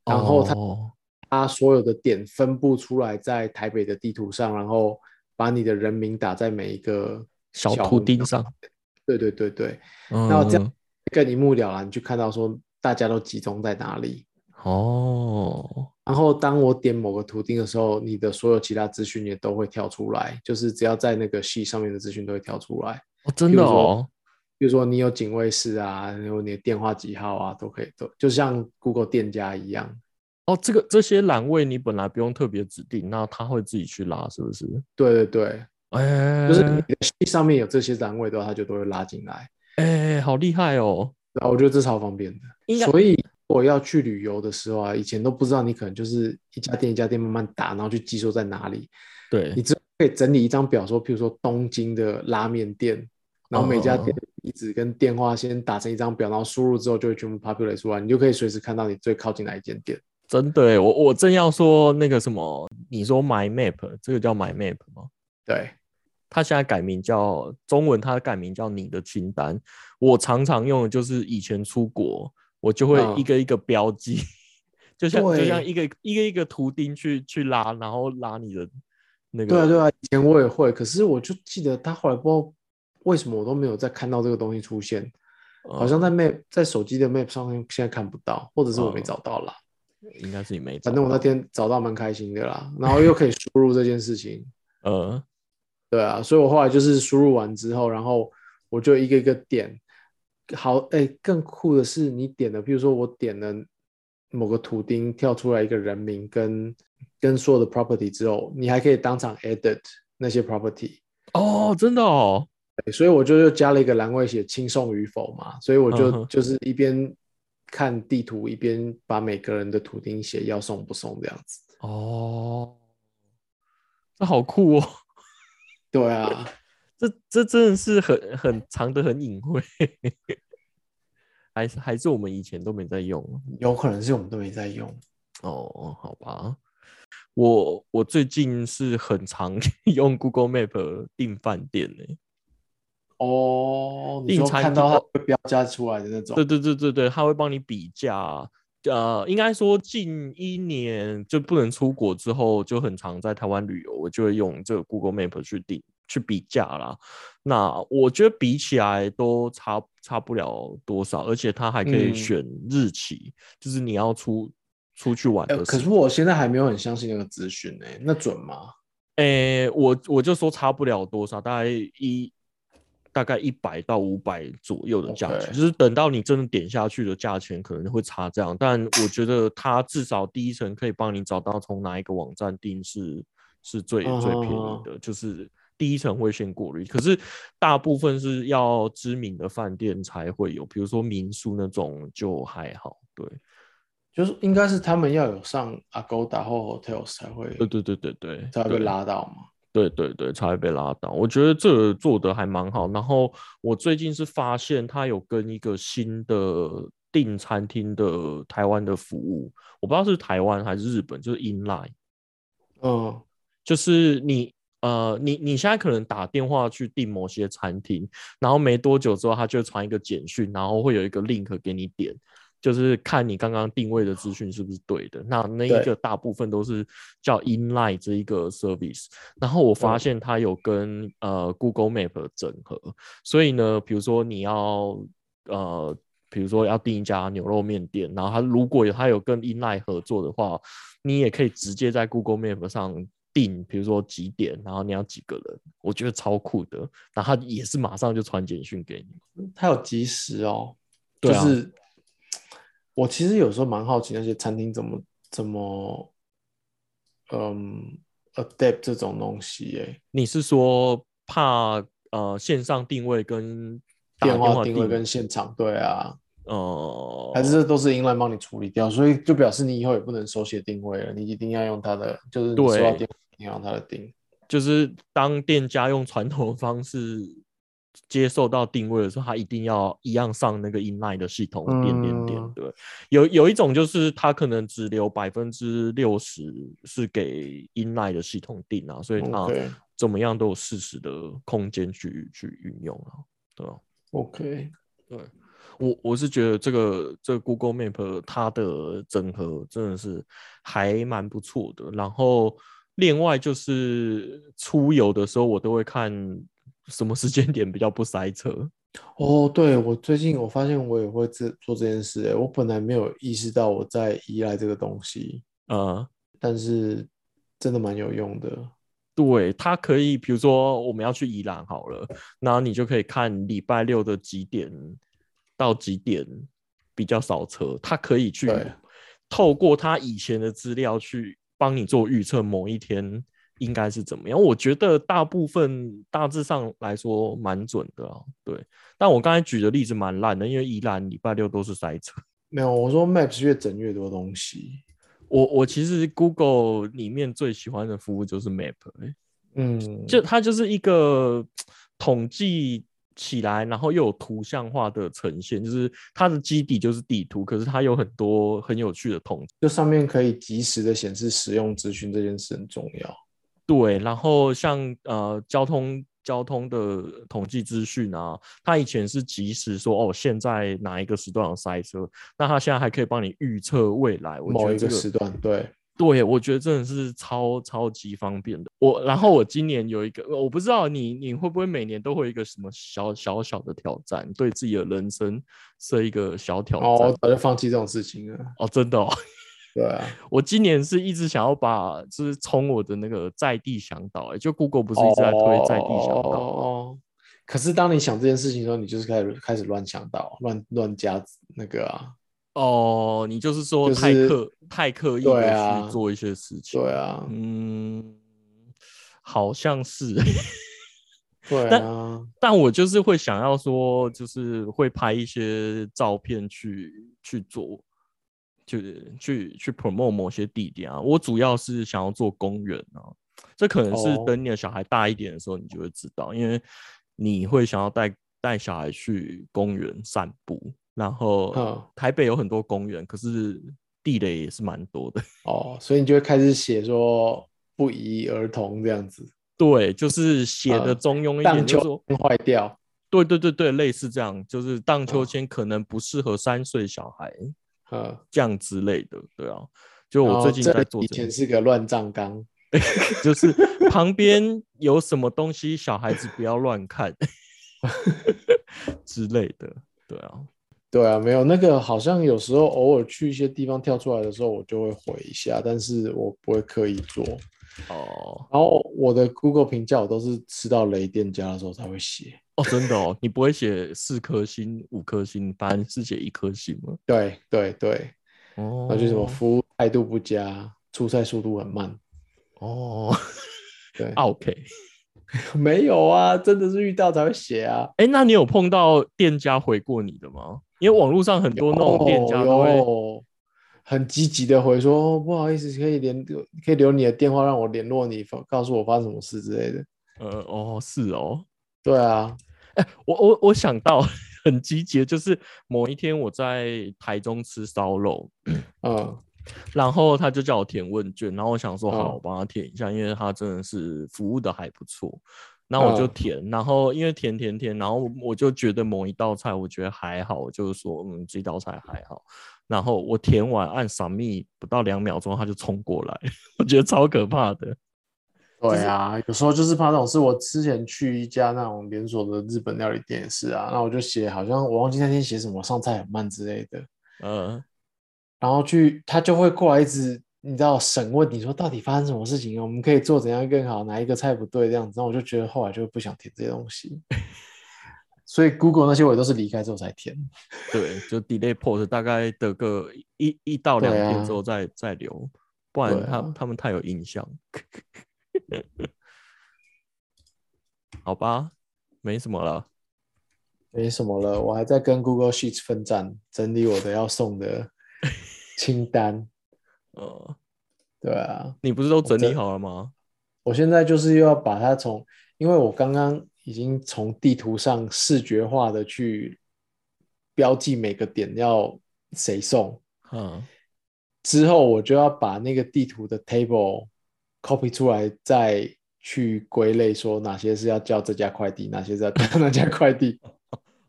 Speaker 1: 然后它
Speaker 2: 哦
Speaker 1: 它所有的点分布出来在台北的地图上，然后把你的人名打在每一个
Speaker 2: 小
Speaker 1: 小
Speaker 2: 图
Speaker 1: 红
Speaker 2: 钉上，
Speaker 1: 对对对对，
Speaker 2: 嗯，
Speaker 1: 那这样更一目了然，你就看到说大家都集中在哪里。
Speaker 2: 哦，
Speaker 1: 然后当我点某个图钉的时候，你的所有其他资讯也都会跳出来，就是只要在那个系上面的资讯都会跳出来。
Speaker 2: 哦真
Speaker 1: 比
Speaker 2: 的
Speaker 1: 如说
Speaker 2: 哦，
Speaker 1: 比如说你有警卫室啊，然后你的电话几号啊，都可以，都就像 Google 店家一样。
Speaker 2: 哦，这个这些栏位你本来不用特别指定，那他会自己去拉，是不是？
Speaker 1: 对对对，
Speaker 2: 哎，
Speaker 1: 就是你的系上面有这些栏位的话，它就都会拉进来。
Speaker 2: 哎，好厉害哦！
Speaker 1: 然后我觉得这超方便的。
Speaker 2: 应该
Speaker 1: 所以我要去旅游的时候啊，以前都不知道你可能就是一家店一家店慢慢打，然后去记说在哪里。
Speaker 2: 对
Speaker 1: 你，只可以整理一张表说譬如说东京的拉面店，然后每
Speaker 2: 哦
Speaker 1: 家店的地址跟电话先打成一张表，然后输入之后就会全部 populate 出来，你就可以随时看到你最靠近哪一间店。
Speaker 2: 真的耶，我我正要说那个什么，你说 My Map 这个叫 My Map 吗？
Speaker 1: 对，
Speaker 2: 它现在改名叫中文，它改名叫你的清单。我常常用的就是以前出国，我就会
Speaker 1: 嗯
Speaker 2: 一个一个标记， 就像就
Speaker 1: 对
Speaker 2: 像一个一个一个图钉去去拉，然后拉你的那个。
Speaker 1: 对啊，对啊，以前我也会，可是我就记得他后来不知道为什么我都没有再看到这个东西出现，
Speaker 2: 呃
Speaker 1: 好像在 map 在手机的 map 上面现在看不到，或者是我没
Speaker 2: 嗯
Speaker 1: 找到啦。
Speaker 2: 应该是你没找
Speaker 1: 反
Speaker 2: 到。
Speaker 1: 正我那天找到蛮开心的啦，然后又可以输入这件事情，
Speaker 2: 呃，
Speaker 1: 对啊，所以我后来就是输入完之后，然后我就一个一个点。好，哎，更酷的是你点的，比如说我点了某个图钉，跳出来一个人名跟跟所有的 property 之后，你还可以当场 edit 那些 property。
Speaker 2: 哦，真的哦，
Speaker 1: 对所以我就又加了一个栏位写轻松与否嘛，所以我就、
Speaker 2: 嗯哼
Speaker 1: 就是一边看地图一边把每个人的图钉写要送不送这样子。
Speaker 2: 哦，这好酷哦，
Speaker 1: 对啊，
Speaker 2: 这这真的是很很藏得很隐晦， 还是还是我们以前都没在用
Speaker 1: 有可能是我们都没在用。
Speaker 2: 哦，好吧。我我最近是很常 用 Google Map 订饭店呢、
Speaker 1: 哦，你
Speaker 2: 订
Speaker 1: 说
Speaker 2: 餐
Speaker 1: 看到它
Speaker 2: 哦
Speaker 1: 会标价出来的那种，
Speaker 2: 对对对对对，他会帮你比价。呃，应该说近一年就不能出国之后，就很常在台湾旅游，我就会用这个 Google Map 去定去比价啦。那我觉得比起来都差差不了多少，而且它还可以
Speaker 1: 嗯
Speaker 2: 选日期，就是你要出出去玩的
Speaker 1: 呃
Speaker 2: 时候。
Speaker 1: 可是我现在还没有很相信那个资讯呢，那准吗？
Speaker 2: 诶、我我就说差不了多少，大概一大概一百到五百左右的价钱
Speaker 1: OK
Speaker 2: 就是等到你真的点下去的价钱可能会差这样，但我觉得它至少第一层可以帮你找到从哪一个网站订是是最最便宜
Speaker 1: 哦
Speaker 2: 的，就是第一层会先过滤。可是大部分是要知名的饭店才会有，比如说民宿那种就还好，对。
Speaker 1: 就是应该是他们要有上 Agoda 或 Hotels 才会
Speaker 2: 对对对对对，
Speaker 1: 才会被
Speaker 2: 对
Speaker 1: 拉到嘛。
Speaker 2: 对对对，才会被拉倒。我觉得这个做的还蛮好。然后我最近是发现他有跟一个新的订餐厅的台湾的服务，我不知道是台湾还是日本，就是 Inline，
Speaker 1: 嗯，
Speaker 2: 就是你呃你你现在可能打电话去订某些餐厅，然后没多久之后他就会传一个简讯，然后会有一个 link 给你点，就是看你刚刚定位的资讯是不是对的。那那一
Speaker 1: 对
Speaker 2: 个大部分都是叫 Inline 这一个 service，然后我发现它有跟、呃 Google Map 整合，所以呢，比如说你要呃，比如说要订一家牛肉面店，然后它如果有它有跟 Inline 合作的话，你也可以直接在 Google Map 上定，比如说几点，然后你要几个人，我觉得超酷的。然后它也是马上就传简讯给你。
Speaker 1: 它有即时哦，
Speaker 2: 对啊
Speaker 1: 就是我其实有时候蛮好奇那些餐厅怎么怎么，嗯，adapt 这种东西耶，
Speaker 2: 你是说怕呃线上定位跟打
Speaker 1: 电
Speaker 2: 电
Speaker 1: 话
Speaker 2: 话
Speaker 1: 定位跟现场对啊，
Speaker 2: 呃
Speaker 1: 还是这都是 inline 帮你处理掉，所以就表示你以后也不能手写定位了，你一定要用它的，就是你收到
Speaker 2: 对
Speaker 1: 电话一定要用它的定。
Speaker 2: 就是当店家用传统的方式接受到定位的时候，他一定要一样上那个 inline 的系统点点点
Speaker 1: 嗯。
Speaker 2: 对，有有一种就是他可能只留百分之六十是给 inline 的系统定啊，所以他
Speaker 1: OK
Speaker 2: 怎么样都有适时的空间去去运用啊，对吧、
Speaker 1: OK，
Speaker 2: 我我是觉得这个这个 Google Map 它的整合真的是还蛮不错的。然后另外就是出游的时候，我都会看什么时间点比较不塞车。
Speaker 1: 哦，对，我最近我发现我也会这做这件事耶，我本来没有意识到我在依赖这个东西，
Speaker 2: 呃，
Speaker 1: 但是真的蛮有用的。
Speaker 2: 对，它可以比如说我们要去宜兰好了，那你就可以看礼拜六的几点到几点比较少车，它可以去
Speaker 1: 对
Speaker 2: 透过它以前的资料去帮你做预测某一天应该是怎么样。我觉得大部分大致上来说蛮准的啊，对。但我刚才举的例子蛮烂的，因为宜兰礼拜六都是塞车。
Speaker 1: 没有，我说 Maps 越整越多东西，
Speaker 2: 我我其实 Google 里面最喜欢的服务就是 Map，、欸、
Speaker 1: 嗯，
Speaker 2: 就它就是一个统计起来，然后又有图像化的呈现，就是它的基底就是地图，可是它有很多很有趣的统
Speaker 1: 就上面可以及时的显示使用资讯，这件事很重要。
Speaker 2: 对，然后像呃交通交通的统计资讯啊，它以前是及时说哦现在哪一个时段有塞车，那它现在还可以帮你预测未来，我觉
Speaker 1: 某
Speaker 2: 得
Speaker 1: 一
Speaker 2: 这
Speaker 1: 个
Speaker 2: 个
Speaker 1: 时段，对，
Speaker 2: 对，我觉得真的是超超级方便的。我然后我今年有一个，我不知道你你会不会每年都会有一个什么小小小的挑战，对自己的人生设一个小挑
Speaker 1: 哦，我
Speaker 2: 战。
Speaker 1: 早就放弃这种事情了。
Speaker 2: 哦，真的哦，
Speaker 1: 对啊，
Speaker 2: 我今年是一直想要把，就是冲我的那个在地向导、欸，就 Google 不是一直在推在地向
Speaker 1: 哦
Speaker 2: 导，
Speaker 1: 可是当你想这件事情的时候，你就是开始开始乱想到，乱乱加那个啊，
Speaker 2: 哦，你就是说
Speaker 1: 就
Speaker 2: 太
Speaker 1: 是
Speaker 2: 刻太刻意
Speaker 1: 对
Speaker 2: 的
Speaker 1: 啊
Speaker 2: 去做一些事情，
Speaker 1: 对啊，
Speaker 2: 嗯，好像是，
Speaker 1: 对啊，
Speaker 2: 但我就是会想要说，就是会拍一些照片去去做，就是去去 promote 某些地点啊。我主要是想要做公园啊，这可能是
Speaker 1: 哦
Speaker 2: 等你的小孩大一点的时候，你就会知道，因为你会想要带带小孩去公园散步，然后
Speaker 1: 哼，
Speaker 2: 台北有很多公园，可是地雷也是蛮多的。
Speaker 1: 哦，所以你就会开始写说不宜儿童这样子，
Speaker 2: 对，就是写的
Speaker 1: 呃
Speaker 2: 中庸一点，
Speaker 1: 荡
Speaker 2: 就
Speaker 1: 秋
Speaker 2: 是说。
Speaker 1: 千坏掉，
Speaker 2: 对对对对，类似这样，就是荡秋
Speaker 1: 嗯
Speaker 2: 千可能不适合三岁小孩
Speaker 1: 嗯，
Speaker 2: 这样之类的，对啊。就
Speaker 1: 然
Speaker 2: 我
Speaker 1: 后
Speaker 2: 最近
Speaker 1: 这
Speaker 2: 在
Speaker 1: 里
Speaker 2: 做
Speaker 1: 以
Speaker 2: 这件
Speaker 1: 前
Speaker 2: 事，
Speaker 1: 是个乱葬岗，
Speaker 2: 就是旁边有什么东西，小孩子不要乱 看之类的，对啊。
Speaker 1: 对啊，没有那个好像有时候偶尔去一些地方跳出来的时候，我就会回一下，但是我不会刻意做。
Speaker 2: 哦
Speaker 1: 然后我的 Google 评价我都是吃到雷店家的时候才会写，
Speaker 2: 哦，真的哦，你不会写四颗星、五颗星，反正是写一颗星吗？
Speaker 1: 对对对，
Speaker 2: 哦，
Speaker 1: 那就什么服务态度不佳，出菜速度很慢。
Speaker 2: 哦啊
Speaker 1: 对，
Speaker 2: ，OK。
Speaker 1: 没有啊，真的是遇到才会写啊。
Speaker 2: 哎，那你有碰到店家回过你的吗？因为网络上很多那种店家都会。
Speaker 1: 有哦很积极的回说，哦不好意思，可以联可以留你的电话让我联络你，告诉我发生什么事之类的。
Speaker 2: 呃，哦，是哦，
Speaker 1: 对啊，
Speaker 2: 我我我想到 很积极，就是某一天我在台中吃烧肉，
Speaker 1: 嗯，
Speaker 2: 然后他就叫我填问卷，然后我想说
Speaker 1: 嗯
Speaker 2: 好，我帮他填一下，因为他真的是服务的还不错。然后我就
Speaker 1: 嗯
Speaker 2: 填，然后因为填填填，然后我就觉得某一道菜我觉得还好，我就说嗯这道菜还好，然后我填完按 submit 不到两秒钟，他就冲过来， 我觉得超可怕的。
Speaker 1: 对啊，有时候就是怕这种事。我之前去一家那种连锁的日本料理店也是啊，那我就写好像我忘记那天写什么，上菜很慢之类的，
Speaker 2: 呃，
Speaker 1: 然后去他就会过来一直你知道审问你说到底发生什么事情，我们可以做怎样更好，哪一个菜不对这样子。然后我就觉得后来就不想填这些东西， 所以 Google 那些我也都是离开之后才填。
Speaker 2: 对，就 delay port 大概得个一一到两
Speaker 1: 对啊
Speaker 2: 天之后再、再留，不然
Speaker 1: 对
Speaker 2: 他、
Speaker 1: 啊
Speaker 2: 他们太有印象。 好吧，没什么了。
Speaker 1: 没什么了，我还在跟 Google Sheets 奋战，整理我的要送的清单。
Speaker 2: 呃，
Speaker 1: 对啊，
Speaker 2: 你不是都整
Speaker 1: 这
Speaker 2: 理好了吗？
Speaker 1: 我现在就是又要把它从，因为我刚刚已经从地图上视觉化的去标记每个点要谁送，
Speaker 2: 嗯，
Speaker 1: 之后我就要把那个地图的 table copy 出来，再去归类，说哪些是要叫这家快递，哪些是要叫那家快递。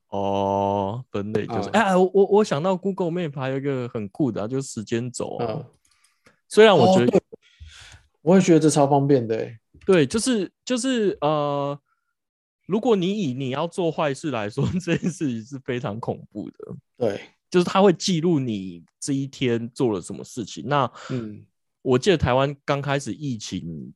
Speaker 2: 哦，分类就是，
Speaker 1: 嗯
Speaker 2: 哎、我我我想到 Google Map 还有一个很酷的、啊，就是时间轴啊、
Speaker 1: 嗯，哦
Speaker 2: 虽然我觉得、
Speaker 1: 我也觉得这超方便的欸、
Speaker 2: 对，就是就是呃，如果你以你要做坏事来说， 这件事情是非常恐怖的，
Speaker 1: 对，
Speaker 2: 就是它会记录你这一天做了什么事情。那
Speaker 1: 嗯，
Speaker 2: 我记得台湾刚开始疫情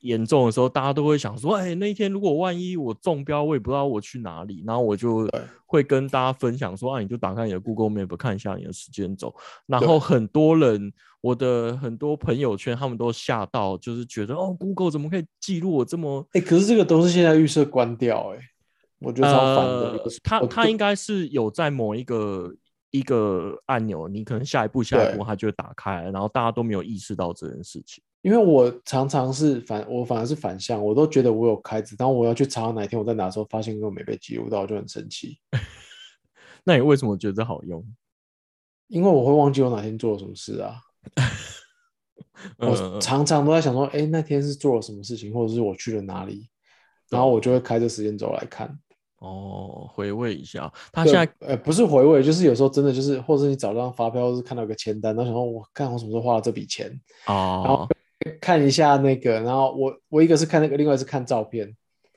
Speaker 2: 严重的时候，大家都会想说，哎、那一天如果万一我中标，我也不知道我去哪里，然后我就
Speaker 1: 对
Speaker 2: 会跟大家分享说，啊，你就打开你的 Google Map 看一下你的时间轴。然
Speaker 1: 对
Speaker 2: 后很多人，我的很多朋友圈，他们都吓到，就是觉得哦，Google 怎么可以记录我这么？
Speaker 1: 哎、可是这个都是现在预设关掉、欸，哎，我觉得超烦的。
Speaker 2: 呃
Speaker 1: 有时，
Speaker 2: 它
Speaker 1: 候
Speaker 2: 它应该是有在某一个一个按钮，你可能下一步下一步
Speaker 1: 对
Speaker 2: 它就会打开，然后大家都没有意识到这件事情。
Speaker 1: 因为我常常是反，我反而是反向，我都觉得我有开着，当我要去查哪一天我在哪的时候，发现根本没被记录到，我就很生气，
Speaker 2: 那你为什么觉得这好用？
Speaker 1: 因为我会忘记我哪天做了什么事啊。我
Speaker 2: 嗯
Speaker 1: 常常都在想说，哎、那天是做了什么事情，或者是我去了哪里，然后我就会开着时间轴来看。
Speaker 2: 哦，回味一下，他
Speaker 1: 对
Speaker 2: 现在
Speaker 1: 呃不是回味，就是有时候真的就是，或者是你找张发票，或是看到一个签单，然后想说，我看我什么时候花了这笔钱，
Speaker 2: 哦，
Speaker 1: 看一下那个，然后我我一个是看那个，另外是看照片。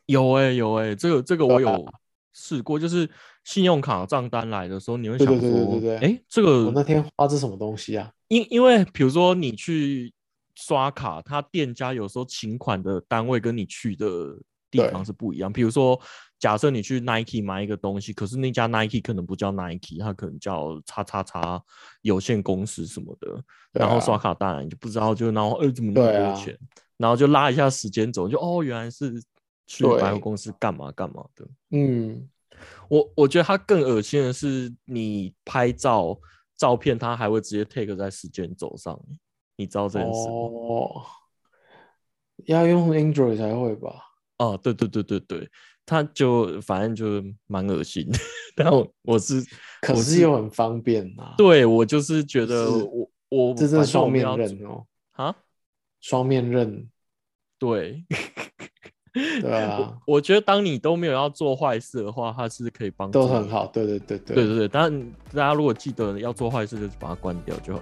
Speaker 2: 有哎、有哎、这个这个
Speaker 1: 啊
Speaker 2: 我有试过，就是信用卡账单来的时候，你会
Speaker 1: 对
Speaker 2: 想
Speaker 1: 对
Speaker 2: 说，
Speaker 1: 对对对对
Speaker 2: 哎、这
Speaker 1: 我那
Speaker 2: 个
Speaker 1: 天花这什么东西啊？
Speaker 2: 因因为比如说你去刷卡，他店家有时候请款的单位跟你去的地
Speaker 1: 对
Speaker 2: 方是不一样，比如说。假设你去 Nike 买一个东西，可是那家 Nike 可能不叫 Nike，它可能叫叉叉叉有限公司什么的，
Speaker 1: 对
Speaker 2: 然后
Speaker 1: 啊
Speaker 2: 刷卡当然就不知道，就然后呃怎么那么
Speaker 1: 对
Speaker 2: 多
Speaker 1: 啊
Speaker 2: 钱，然后就拉一下时间轴，就哦原来是去
Speaker 1: 对
Speaker 2: 百货公司干嘛干嘛的。
Speaker 1: 嗯，
Speaker 2: 我我觉得它更恶心的是，你拍照照片，它还会直接 take 在时间轴上，你知道这件事吗？哦、
Speaker 1: 哦，要用 Android 才会吧？
Speaker 2: 哦对对对对对，它就反正就蛮恶心的。 但我我是
Speaker 1: 可
Speaker 2: 我
Speaker 1: 是又很方便啊。，
Speaker 2: 对我就是觉得
Speaker 1: 是
Speaker 2: 我我
Speaker 1: 这真
Speaker 2: 反
Speaker 1: 的
Speaker 2: 正我
Speaker 1: 双
Speaker 2: 不
Speaker 1: 面
Speaker 2: 要
Speaker 1: 刃哦，
Speaker 2: 啊，
Speaker 1: 双面刃。
Speaker 2: 对。
Speaker 1: 对啊，
Speaker 2: 我觉得当你都没有要做坏事的话，它是可以帮助
Speaker 1: 都
Speaker 2: 你
Speaker 1: 很。好。对对对对
Speaker 2: 对对对，当然大家如果记得要做坏事，就把它关掉就好。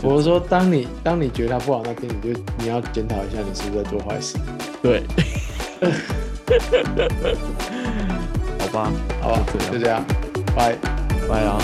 Speaker 1: 我是说，当你当你觉得它不好那天，你就你要检讨一下，你是不是在做坏事？
Speaker 2: 对， 好吧，
Speaker 1: 好吧
Speaker 2: 就这，样啊
Speaker 1: 就这样，拜。
Speaker 2: 拜啦。